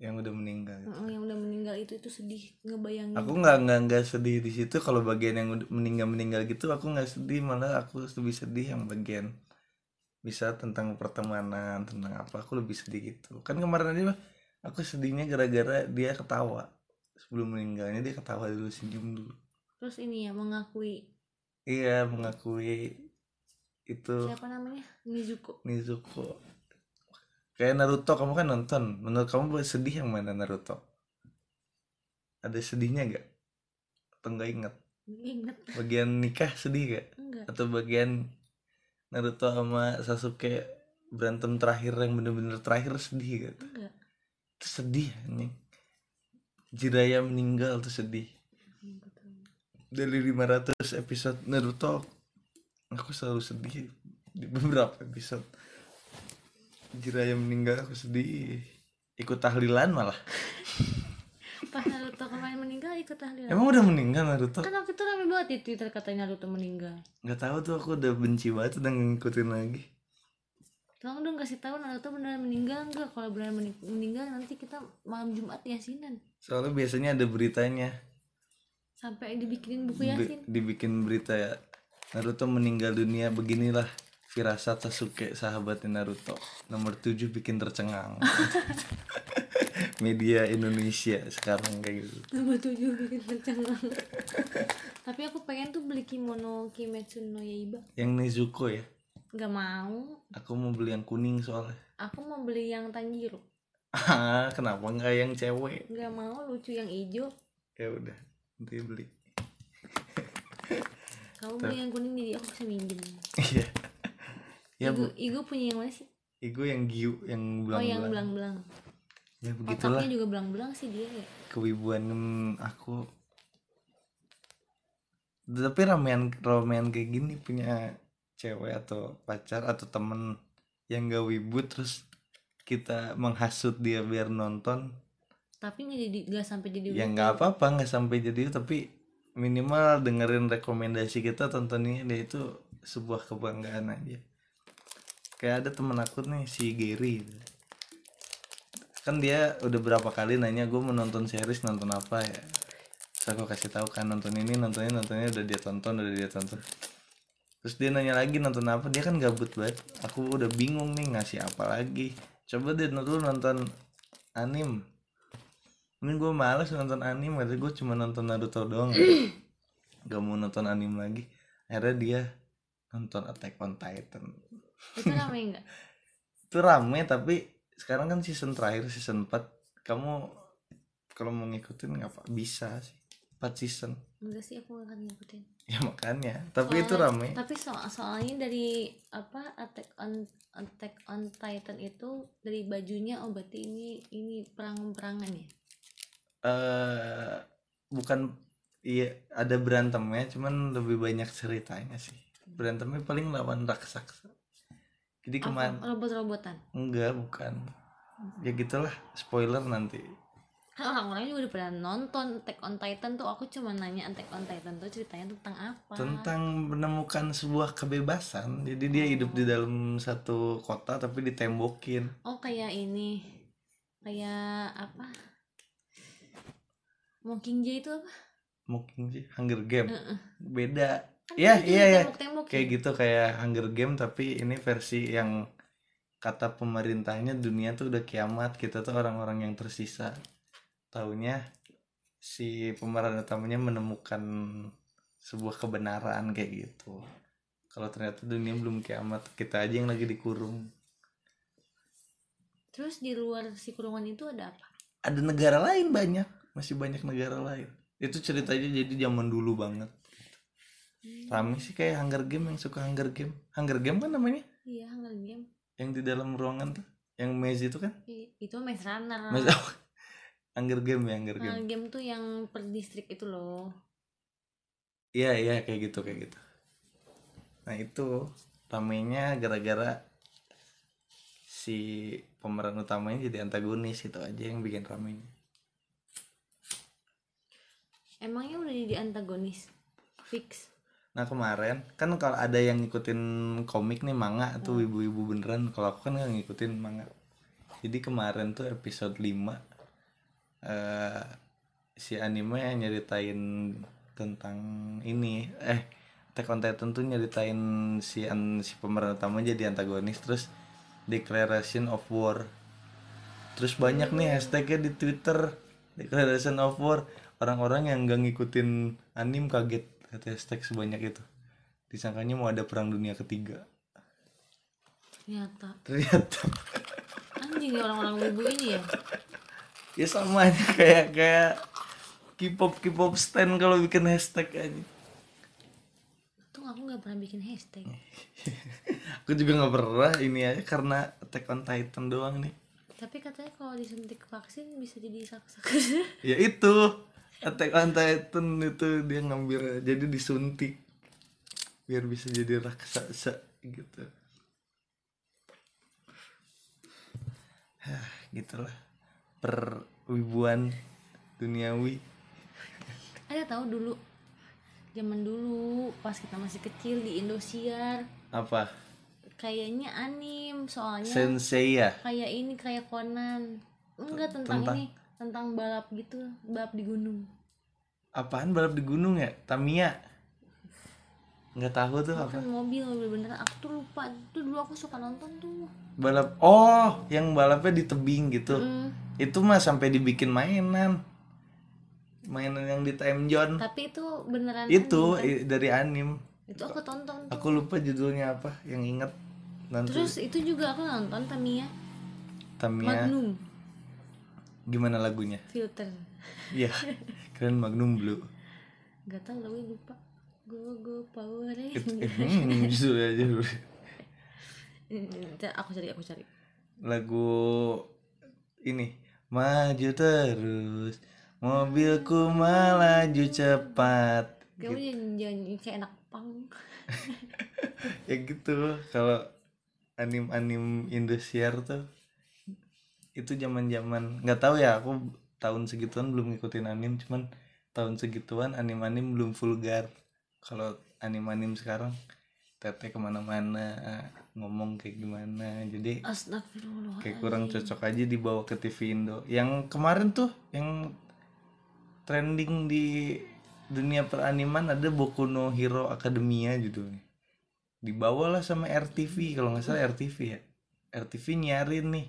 Speaker 2: yang udah meninggal
Speaker 1: Mm, yang udah meninggal itu itu sedih ngebayangin
Speaker 2: aku nggak nggak nggak sedih di situ kalau bagian yang udah meninggal meninggal gitu aku nggak sedih malah aku lebih sedih yang bagian bisa tentang pertemanan tentang apa aku lebih sedih gitu kan kemarin aja aku sedihnya gara-gara dia ketawa sebelum meninggalnya dia ketawa dulu senyum dulu
Speaker 1: terus ini ya mengakui
Speaker 2: iya mengakui itu
Speaker 1: siapa namanya Nezuko
Speaker 2: Nizuko kayak Naruto kamu kan nonton menurut kamu sedih yang mana Naruto ada sedihnya gak atau nggak inget
Speaker 1: inget
Speaker 2: bagian nikah sedih gak
Speaker 1: enggak
Speaker 2: atau bagian Naruto sama Sasuke berantem terakhir yang bener-bener terakhir sedih gitu
Speaker 1: enggak
Speaker 2: itu sedih anjing Jiraya meninggal tuh sedih
Speaker 1: enggak tahu.
Speaker 2: dari 500 episode Naruto aku selalu sedih di beberapa episode Jiraya meninggal aku sedih ikut tahlilan malah
Speaker 1: pas Naruto kemarin meninggal ikut tahlilan
Speaker 2: Emang udah meninggal Naruto?
Speaker 1: kan waktu itu rame banget di Twitter katanya Naruto meninggal
Speaker 2: Gak tahu tuh aku udah benci banget udah ngikutin lagi.
Speaker 1: tolong dong kasih tahu Naruto beneran meninggal enggak kalau beneran meni- meninggal nanti kita malam Jumat yasinan
Speaker 2: Soalnya biasanya ada beritanya.
Speaker 1: sampai dibikinin buku
Speaker 2: Bi-
Speaker 1: yasin
Speaker 2: dibikin berita ya. Naruto meninggal dunia beginilah. Firasat Sasuke sahabatnya Naruto. Nomor 7 bikin tercengang. Media Indonesia sekarang kayak gitu.
Speaker 1: nomor tujuh bikin tercengang tapi aku pengen tuh beli kimono Kimetsu no Yaiba
Speaker 2: Yang Nezuko ya.
Speaker 1: nggak mau
Speaker 2: Aku mau beli yang kuning soalnya.
Speaker 1: aku mau beli yang Tanjiro
Speaker 2: Ah, kenapa nggak yang cewek?
Speaker 1: nggak mau lucu yang hijau
Speaker 2: Ya udah, nanti beli.
Speaker 1: kamu beli yang kuning jadi aku bisa minjem
Speaker 2: Iya. ya,
Speaker 1: Igu,
Speaker 2: Bu.
Speaker 1: Igu punya yang mana sih?
Speaker 2: Igu yang giu, yang
Speaker 1: Oh yang
Speaker 2: belang-belang.
Speaker 1: belang-belang
Speaker 2: ya begitulah
Speaker 1: Otaknya juga belang-belang sih dia ya
Speaker 2: kewibuan aku. Tapi ramean ramean kayak gini punya cewek atau pacar atau temen yang gak wibu terus kita menghasut dia biar nonton
Speaker 1: Tapi nggak jadi nggak sampai jadi
Speaker 2: ya nggak apa-apa nggak sampai jadi tapi minimal dengerin rekomendasi kita tontonnya dia itu sebuah kebanggaan aja kayak ada temen aku nih si Gary gitu. kan dia udah berapa kali nanya gue menonton series nonton apa ya terus aku kasih tahu kan nonton ini nontonnya nontonnya udah dia tonton udah dia tonton terus dia nanya lagi nonton apa dia kan gabut banget aku udah bingung nih ngasih apa lagi coba deh lu nonton anim ini gue males nonton anime Katanya gue cuma nonton Naruto doang ya. Gak mau nonton anime lagi Akhirnya dia nonton Attack on Titan
Speaker 1: Itu namanya enggak?
Speaker 2: Itu rame tapi sekarang kan season terakhir season 4 Kamu kalau mau ngikutin nggak apa bisa sih 4 season
Speaker 1: Enggak sih aku nggak akan ngikutin
Speaker 2: Ya makanya Tapi itu
Speaker 1: Soalnya-
Speaker 2: rame
Speaker 1: Tapi soal soalnya dari apa Attack on Attack on Titan itu dari bajunya oh berarti ini ini perang-perangan ya.
Speaker 2: eh Bukan Iya ada berantemnya cuman lebih banyak ceritanya sih Berantemnya paling lawan raksasa Jadi
Speaker 1: Apa?
Speaker 2: kemarin
Speaker 1: Robot-robotan.
Speaker 2: Enggak, bukan. Ya gitulah, spoiler nanti.
Speaker 1: Kan orang-orang juga udah pada nonton Attack on Titan tuh aku cuma nanya Attack on Titan tuh ceritanya tentang apa?
Speaker 2: Tentang menemukan sebuah kebebasan. Jadi dia hidup di dalam satu kota tapi ditembokin.
Speaker 1: Oh kayak ini kayak apa? Mocking Jay itu apa?
Speaker 2: Mungkin sih Hunger Game.
Speaker 1: Heeh.
Speaker 2: Beda.
Speaker 1: Kan
Speaker 2: Iya, iya, iya.
Speaker 1: Tembok
Speaker 2: Kayak gitu kayak Hunger Game tapi ini versi yang kata pemerintahnya dunia tuh udah kiamat. Kita tuh orang-orang yang tersisa. Taunya si pemeran utamanya menemukan sebuah kebenaran kayak gitu. Kalau ternyata dunia belum kiamat, kita aja yang lagi dikurung.
Speaker 1: Terus di luar si kurungan itu ada apa?
Speaker 2: Ada negara lain banyak, masih banyak negara lain. Itu ceritanya jadi zaman dulu banget. Rame sih kayak Hunger Game yang suka Hunger Game. Hunger Game kan namanya?
Speaker 1: Iya Hunger Game.
Speaker 2: Yang di dalam ruangan tuh, yang maze itu kan?
Speaker 1: I- Iya, Itu Maze Runner.
Speaker 2: Maze oh, Hunger Game ya, Hunger Game.
Speaker 1: Hunger Game tuh yang per distrik itu loh.
Speaker 2: Iya iya kayak gitu kayak gitu. Nah itu ramenya gara-gara si pemeran utamanya jadi antagonis itu aja yang bikin ramenya.
Speaker 1: Emangnya udah jadi antagonis fix.
Speaker 2: Nah kemarin kan kalau ada yang ngikutin komik nih manga tuh ibu-ibu beneran kalau aku kan nggak ngikutin manga. Jadi kemarin tuh episode 5 eh si anime nyeritain tentang ini eh Attack on Titan tuh nyeritain si an, si pemeran utama jadi antagonis terus declaration of war. Terus banyak nih hashtagnya di Twitter declaration of war orang-orang yang nggak ngikutin anim kaget lihat hashtag sebanyak itu. Disangkanya mau ada perang dunia ketiga.
Speaker 1: Ternyata
Speaker 2: Ternyata
Speaker 1: anjing ya orang-orang wibu ini ya.
Speaker 2: ya sama aja kayak kayak K-pop K-pop stand kalau bikin hashtag aja.
Speaker 1: Untung aku nggak pernah bikin hashtag.
Speaker 2: Hmm. Aku juga nggak pernah ini aja karena Attack on Titan doang nih.
Speaker 1: Tapi katanya kalau disuntik vaksin bisa jadi saksak.
Speaker 2: Ya itu Attack on Titan itu dia ngambil jadi disuntik biar bisa jadi raksasa gitu. Hah, gitulah perwibuan duniawi.
Speaker 1: ada tahu dulu zaman dulu pas kita masih kecil di Indosiar
Speaker 2: Apa?
Speaker 1: kayaknya anim soalnya
Speaker 2: Sensei ya?
Speaker 1: kayak ini kayak Conan enggak tentang,
Speaker 2: Tentang-
Speaker 1: ini tentang balap gitu balap di gunung
Speaker 2: Apaan balap di gunung ya? Tamiya? Nggak tahu tuh apa.
Speaker 1: kan mobil mobil beneran aku tuh lupa tuh dulu aku suka nonton tuh
Speaker 2: Balap Oh, yang balapnya di tebing gitu.
Speaker 1: Hmm,
Speaker 2: Itu mah sampai dibikin mainan. Mainan yang di Time Zone.
Speaker 1: tapi itu beneran
Speaker 2: Itu
Speaker 1: anime,
Speaker 2: i- dari anim.
Speaker 1: kan? itu aku tonton tuh.
Speaker 2: Aku lupa judulnya apa, yang inget nanti
Speaker 1: terus itu juga aku nonton Tamiya
Speaker 2: Tamiya
Speaker 1: Magnum
Speaker 2: gimana lagunya?
Speaker 1: filter
Speaker 2: Iya. Keren Magnum Blue.
Speaker 1: nggak tahu lagi lupa go go power
Speaker 2: Itu
Speaker 1: Ranger.
Speaker 2: hmm, judul aja dulu.
Speaker 1: Ntar aku cari aku cari
Speaker 2: lagu ini maju terus mobilku melaju cepat
Speaker 1: kamu jangan jangan kayak anak pang
Speaker 2: ya gitu kalau anim anim Indosiar tuh itu zaman zaman nggak tahu ya aku tahun segituan belum ngikutin anim cuman tahun segituan anim anim belum vulgar kalau anim anim sekarang teteh kemana-mana ngomong kayak gimana jadi
Speaker 1: astagfirullah
Speaker 2: kayak kurang cocok aja dibawa ke TV Indo. Yang kemarin tuh yang trending di dunia peraniman ada Boku no Hero Academia judulnya. Dibawalah sama RTV kalau nggak salah RTV ya. RTV nyarin nih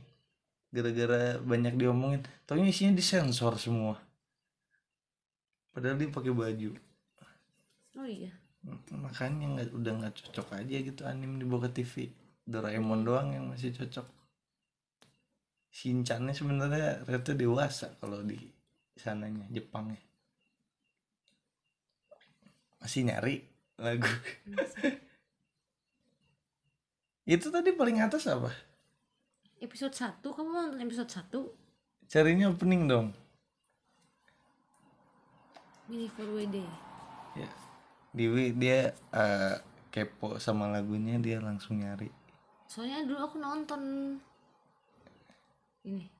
Speaker 2: gara-gara banyak diomongin. Taunya isinya disensor semua. Padahal dia pakai baju.
Speaker 1: oh iya
Speaker 2: Makanya nggak udah nggak cocok aja gitu anime dibawa ke TV. Doraemon doang yang masih cocok. Shincannya sebenarnya rata dewasa kalau di sananya Jepangnya. Masih nyari lagu. Itu tadi paling atas apa?
Speaker 1: episode 1 kamu nonton episode 1
Speaker 2: Carinya opening dong.
Speaker 1: mini for WD
Speaker 2: Ya. Dewi dia eh, kepo sama lagunya dia langsung nyari.
Speaker 1: soalnya dulu aku nonton ini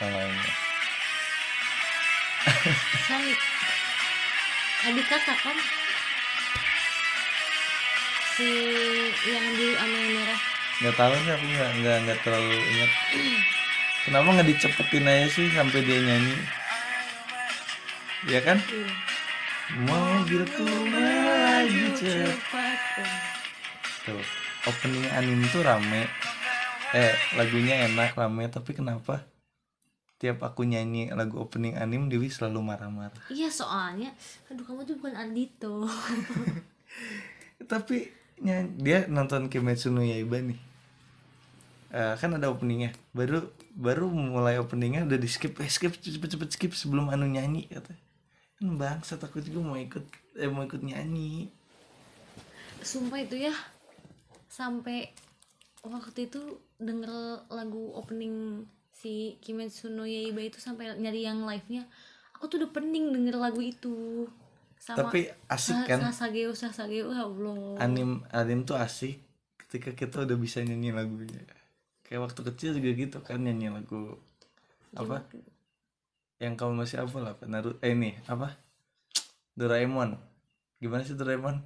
Speaker 2: Kalau ini.
Speaker 1: Sonic adik kakak kan si yang di ame merah
Speaker 2: nggak tahu sih aku nggak nggak nggak terlalu ingat kenapa nggak dicepetin aja sih sampai dia nyanyi ya kan
Speaker 1: Iya.
Speaker 2: mobilku melaju cepat
Speaker 1: cepat
Speaker 2: tuh opening anime tuh rame eh lagunya enak rame tapi kenapa tiap aku nyanyi lagu opening anime Dewi selalu marah-marah
Speaker 1: iya soalnya aduh kamu tuh bukan Ardito
Speaker 2: tapi nyanyi, dia nonton Kimetsu no Yaiba nih Eh, kan ada openingnya baru baru mulai openingnya udah di skip eh, skip cepet cepet skip sebelum anu nyanyi katanya kan bangsa takut juga mau ikut eh mau ikut nyanyi
Speaker 1: sumpah itu ya sampai waktu itu denger lagu opening si Kimetsu no Yaiba itu sampai nyari yang live-nya aku tuh udah pening denger lagu itu sama
Speaker 2: tapi asik kan
Speaker 1: Sasageo Sasageo ya Allah
Speaker 2: anim anim tuh asik ketika kita udah bisa nyanyi lagunya kayak waktu kecil juga gitu kan nyanyi lagu apa yang kamu masih apa lah Naruto eh ini apa Doraemon gimana sih Doraemon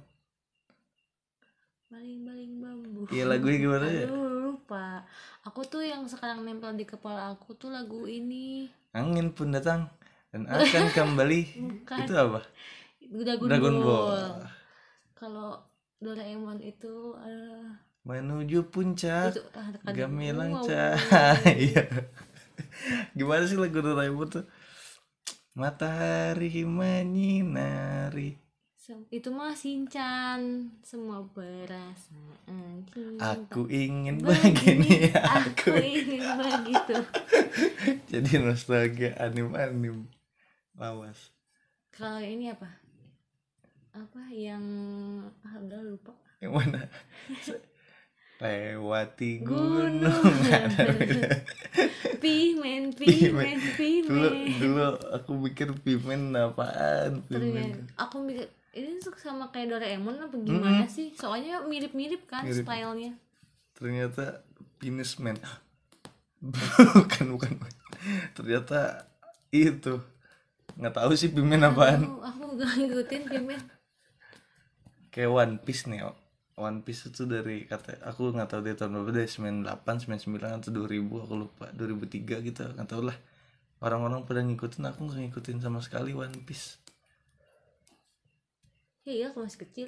Speaker 1: baling-baling bambu
Speaker 2: Iya, lagunya gimana ya?
Speaker 1: Aduh, lupa aku tuh yang sekarang nempel di kepala aku tuh lagu ini
Speaker 2: angin pun datang dan akan kembali
Speaker 1: Bukan.
Speaker 2: itu apa
Speaker 1: Dragon,
Speaker 2: Dragon
Speaker 1: Ball,
Speaker 2: Ball.
Speaker 1: kalau Doraemon itu eh,
Speaker 2: menuju puncak
Speaker 1: itu ah, tekan
Speaker 2: gamilang
Speaker 1: gua.
Speaker 2: cahaya gimana sih lagu Doraemon tuh matahari menyinari
Speaker 1: Sem- itu mah Shinchan semua perasaan cinta.
Speaker 2: aku ingin begini
Speaker 1: aku
Speaker 2: aku
Speaker 1: ingin begitu
Speaker 2: jadi nostalgia anim anim lawas
Speaker 1: kalau ini apa apa yang ah, udah lupa
Speaker 2: yang mana lewati
Speaker 1: Gunung.
Speaker 2: gunung
Speaker 1: pimen
Speaker 2: Pimen.
Speaker 1: pimen pimen
Speaker 2: dulu dulu aku pikir pimen apaan
Speaker 1: Ternyata-
Speaker 2: pimen
Speaker 1: aku mikir ini tuh sama kayak Doraemon apa gimana sih soalnya mirip-mirip kan
Speaker 2: Mirip.
Speaker 1: stylenya
Speaker 2: ternyata penis man bukan bukan ternyata itu nggak tahu sih pimen apaan
Speaker 1: aku, aku gak ngikutin pimen
Speaker 2: kayak One Piece nih O. One Piece itu dari kata aku nggak tahu dia tahun berapa deh 98 99 atau 2000 aku lupa 2003 gitu nggak tahu lah orang-orang pada ngikutin aku nggak ngikutin sama sekali One Piece
Speaker 1: ya iya aku masih kecil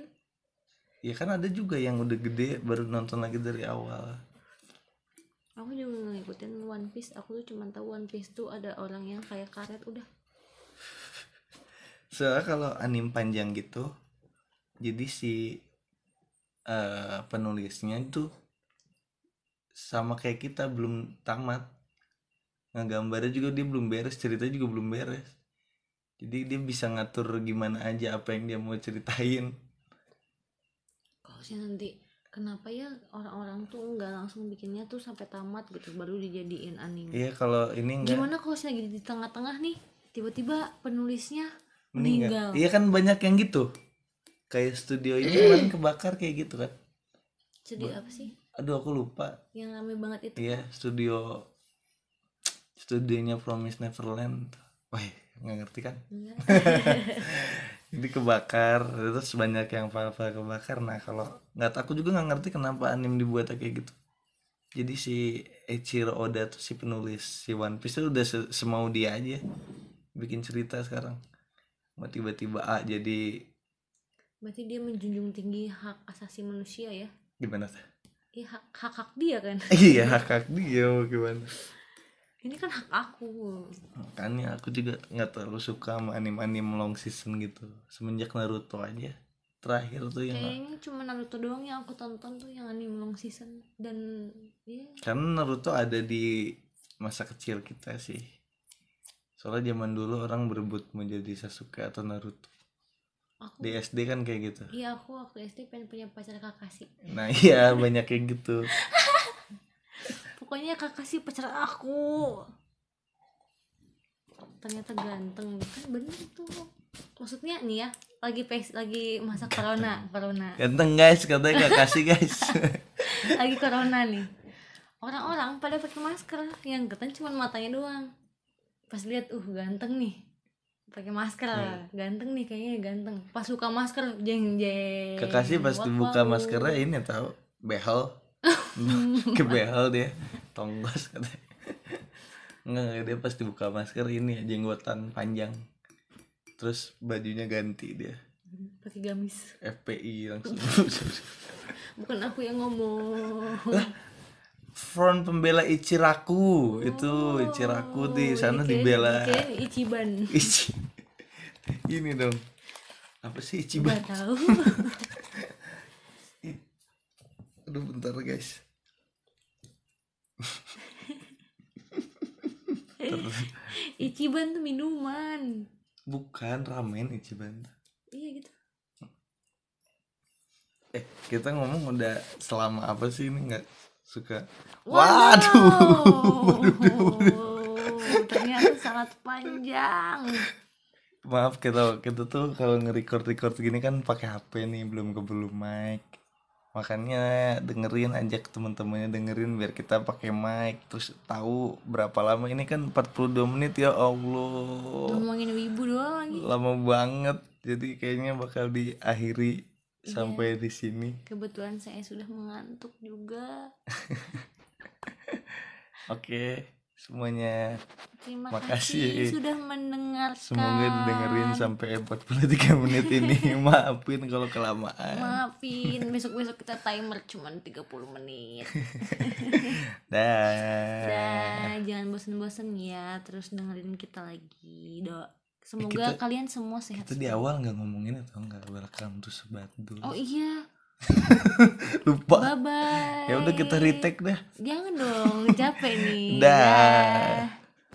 Speaker 2: ya kan ada juga yang udah gede baru nonton lagi dari awal
Speaker 1: aku juga nggak ngikutin One Piece aku tuh cuma tahu One Piece tuh ada orang yang kayak karet udah
Speaker 2: soalnya kalau anime panjang gitu jadi si eh, penulisnya itu sama kayak kita belum tamat ngegambarnya juga dia belum beres ceritanya juga belum beres jadi dia bisa ngatur gimana aja apa yang dia mau ceritain
Speaker 1: kalau sih nanti kenapa ya orang-orang tuh nggak langsung bikinnya tuh sampai tamat gitu baru dijadiin anime
Speaker 2: iya kalau ini enggak
Speaker 1: gimana kalau sih lagi di tengah-tengah nih tiba-tiba penulisnya meninggal
Speaker 2: meninggal. Iya kan banyak yang gitu. Kayak studio ini kemarin kebakar kayak gitu kan.
Speaker 1: jadi apa sih
Speaker 2: Aduh aku lupa.
Speaker 1: yang rame banget itu
Speaker 2: Iya, studio studionya Promise Neverland. Wah, nggak ngerti kan?
Speaker 1: Enggak.
Speaker 2: Jadi kebakar, terus banyak yang file-file kebakar. Nah, kalau nggak tahu- aku juga nggak ngerti kenapa anime dibuat kayak gitu. Jadi si Eiichiro Oda tuh si penulis si One Piece tuh udah se- semau dia aja bikin cerita sekarang. Mau tiba-tiba A jadi
Speaker 1: berarti dia menjunjung tinggi hak asasi manusia ya
Speaker 2: gimana tuh?
Speaker 1: Iya hak hak hak dia kan
Speaker 2: iya hak hak dia mau gimana
Speaker 1: ini kan hak aku
Speaker 2: makanya aku juga nggak terlalu suka sama anime anime long season gitu semenjak Naruto aja terakhir tuh yang
Speaker 1: kayaknya cuma Naruto doang yang aku tonton tuh yang anime long season dan ya
Speaker 2: karena Naruto ada di masa kecil kita sih soalnya zaman dulu orang berebut mau jadi Sasuke atau Naruto
Speaker 1: aku
Speaker 2: di SD kan kayak gitu
Speaker 1: iya aku waktu SD pengen punya pacar Kakashi
Speaker 2: nah iya banyak kayak gitu
Speaker 1: pokoknya Kakashi pacar aku ternyata ganteng kan bener tuh maksudnya nih ya lagi pes lagi masa corona corona
Speaker 2: ganteng guys katanya gak kasih guys
Speaker 1: lagi corona nih orang-orang pada pakai masker yang kelihatan cuma matanya doang pas lihat uh ganteng nih pakai masker
Speaker 2: Iya.
Speaker 1: ganteng nih kayaknya ganteng pas buka masker jeng jeng
Speaker 2: Kekasih pas dibuka maskernya ya. ini tahu behel. Ke behel dia. Tonggos katanya. Enggak, enggak, dia pas dibuka masker ini ya, jenggotan panjang. Terus bajunya ganti dia.
Speaker 1: pakai gamis
Speaker 2: FPI langsung.
Speaker 1: bukan aku yang ngomong
Speaker 2: Front pembela Ichiraku. itu
Speaker 1: Oh,
Speaker 2: Ichiraku di sana
Speaker 1: Dikirain-
Speaker 2: dibela
Speaker 1: dikirain Ichiban
Speaker 2: Ichi. Ini dong. Apa sih Ichiban?
Speaker 1: nggak tahu
Speaker 2: Aduh bentar guys
Speaker 1: Ichiban tuh minuman
Speaker 2: Bukan ramen Ichiban
Speaker 1: iya gitu
Speaker 2: Eh, kita ngomong udah selama apa sih ini nggak suka?
Speaker 1: Waduh, ternyata sangat panjang.
Speaker 2: Maaf kita kita tuh kalau nge-record record gini kan pakai HP nih, belum kebelum mic. Makanya dengerin ajak teman-temannya dengerin biar kita pakai mic terus tahu berapa lama ini kan 42 menit ya Allah.
Speaker 1: Ngomongin wibu doang lagi.
Speaker 2: Lama banget. Jadi kayaknya bakal diakhiri sampai di sini.
Speaker 1: Kebetulan saya sudah mengantuk juga.
Speaker 2: Oke, semuanya
Speaker 1: Terima
Speaker 2: Makasih.
Speaker 1: kasih sudah mendengarkan.
Speaker 2: Semoga
Speaker 1: Kan.
Speaker 2: didengerin sampai 43 menit ini. Maafin kalau kelamaan.
Speaker 1: Maafin, besok-besok kita timer cuma 30 menit.
Speaker 2: Dah.
Speaker 1: Dan jangan bosen-bosen ya, terus dengerin kita lagi, Dok. Semoga
Speaker 2: kita-
Speaker 1: kalian semua sehat.
Speaker 2: Itu di awal nggak ngomongin atau nggak welcome to Sebatu.
Speaker 1: Oh iya, bye
Speaker 2: Lupa.
Speaker 1: bye.
Speaker 2: Ya udah kita retake dah.
Speaker 1: Jangan dong, capek nih.
Speaker 2: Dah.
Speaker 1: Dah.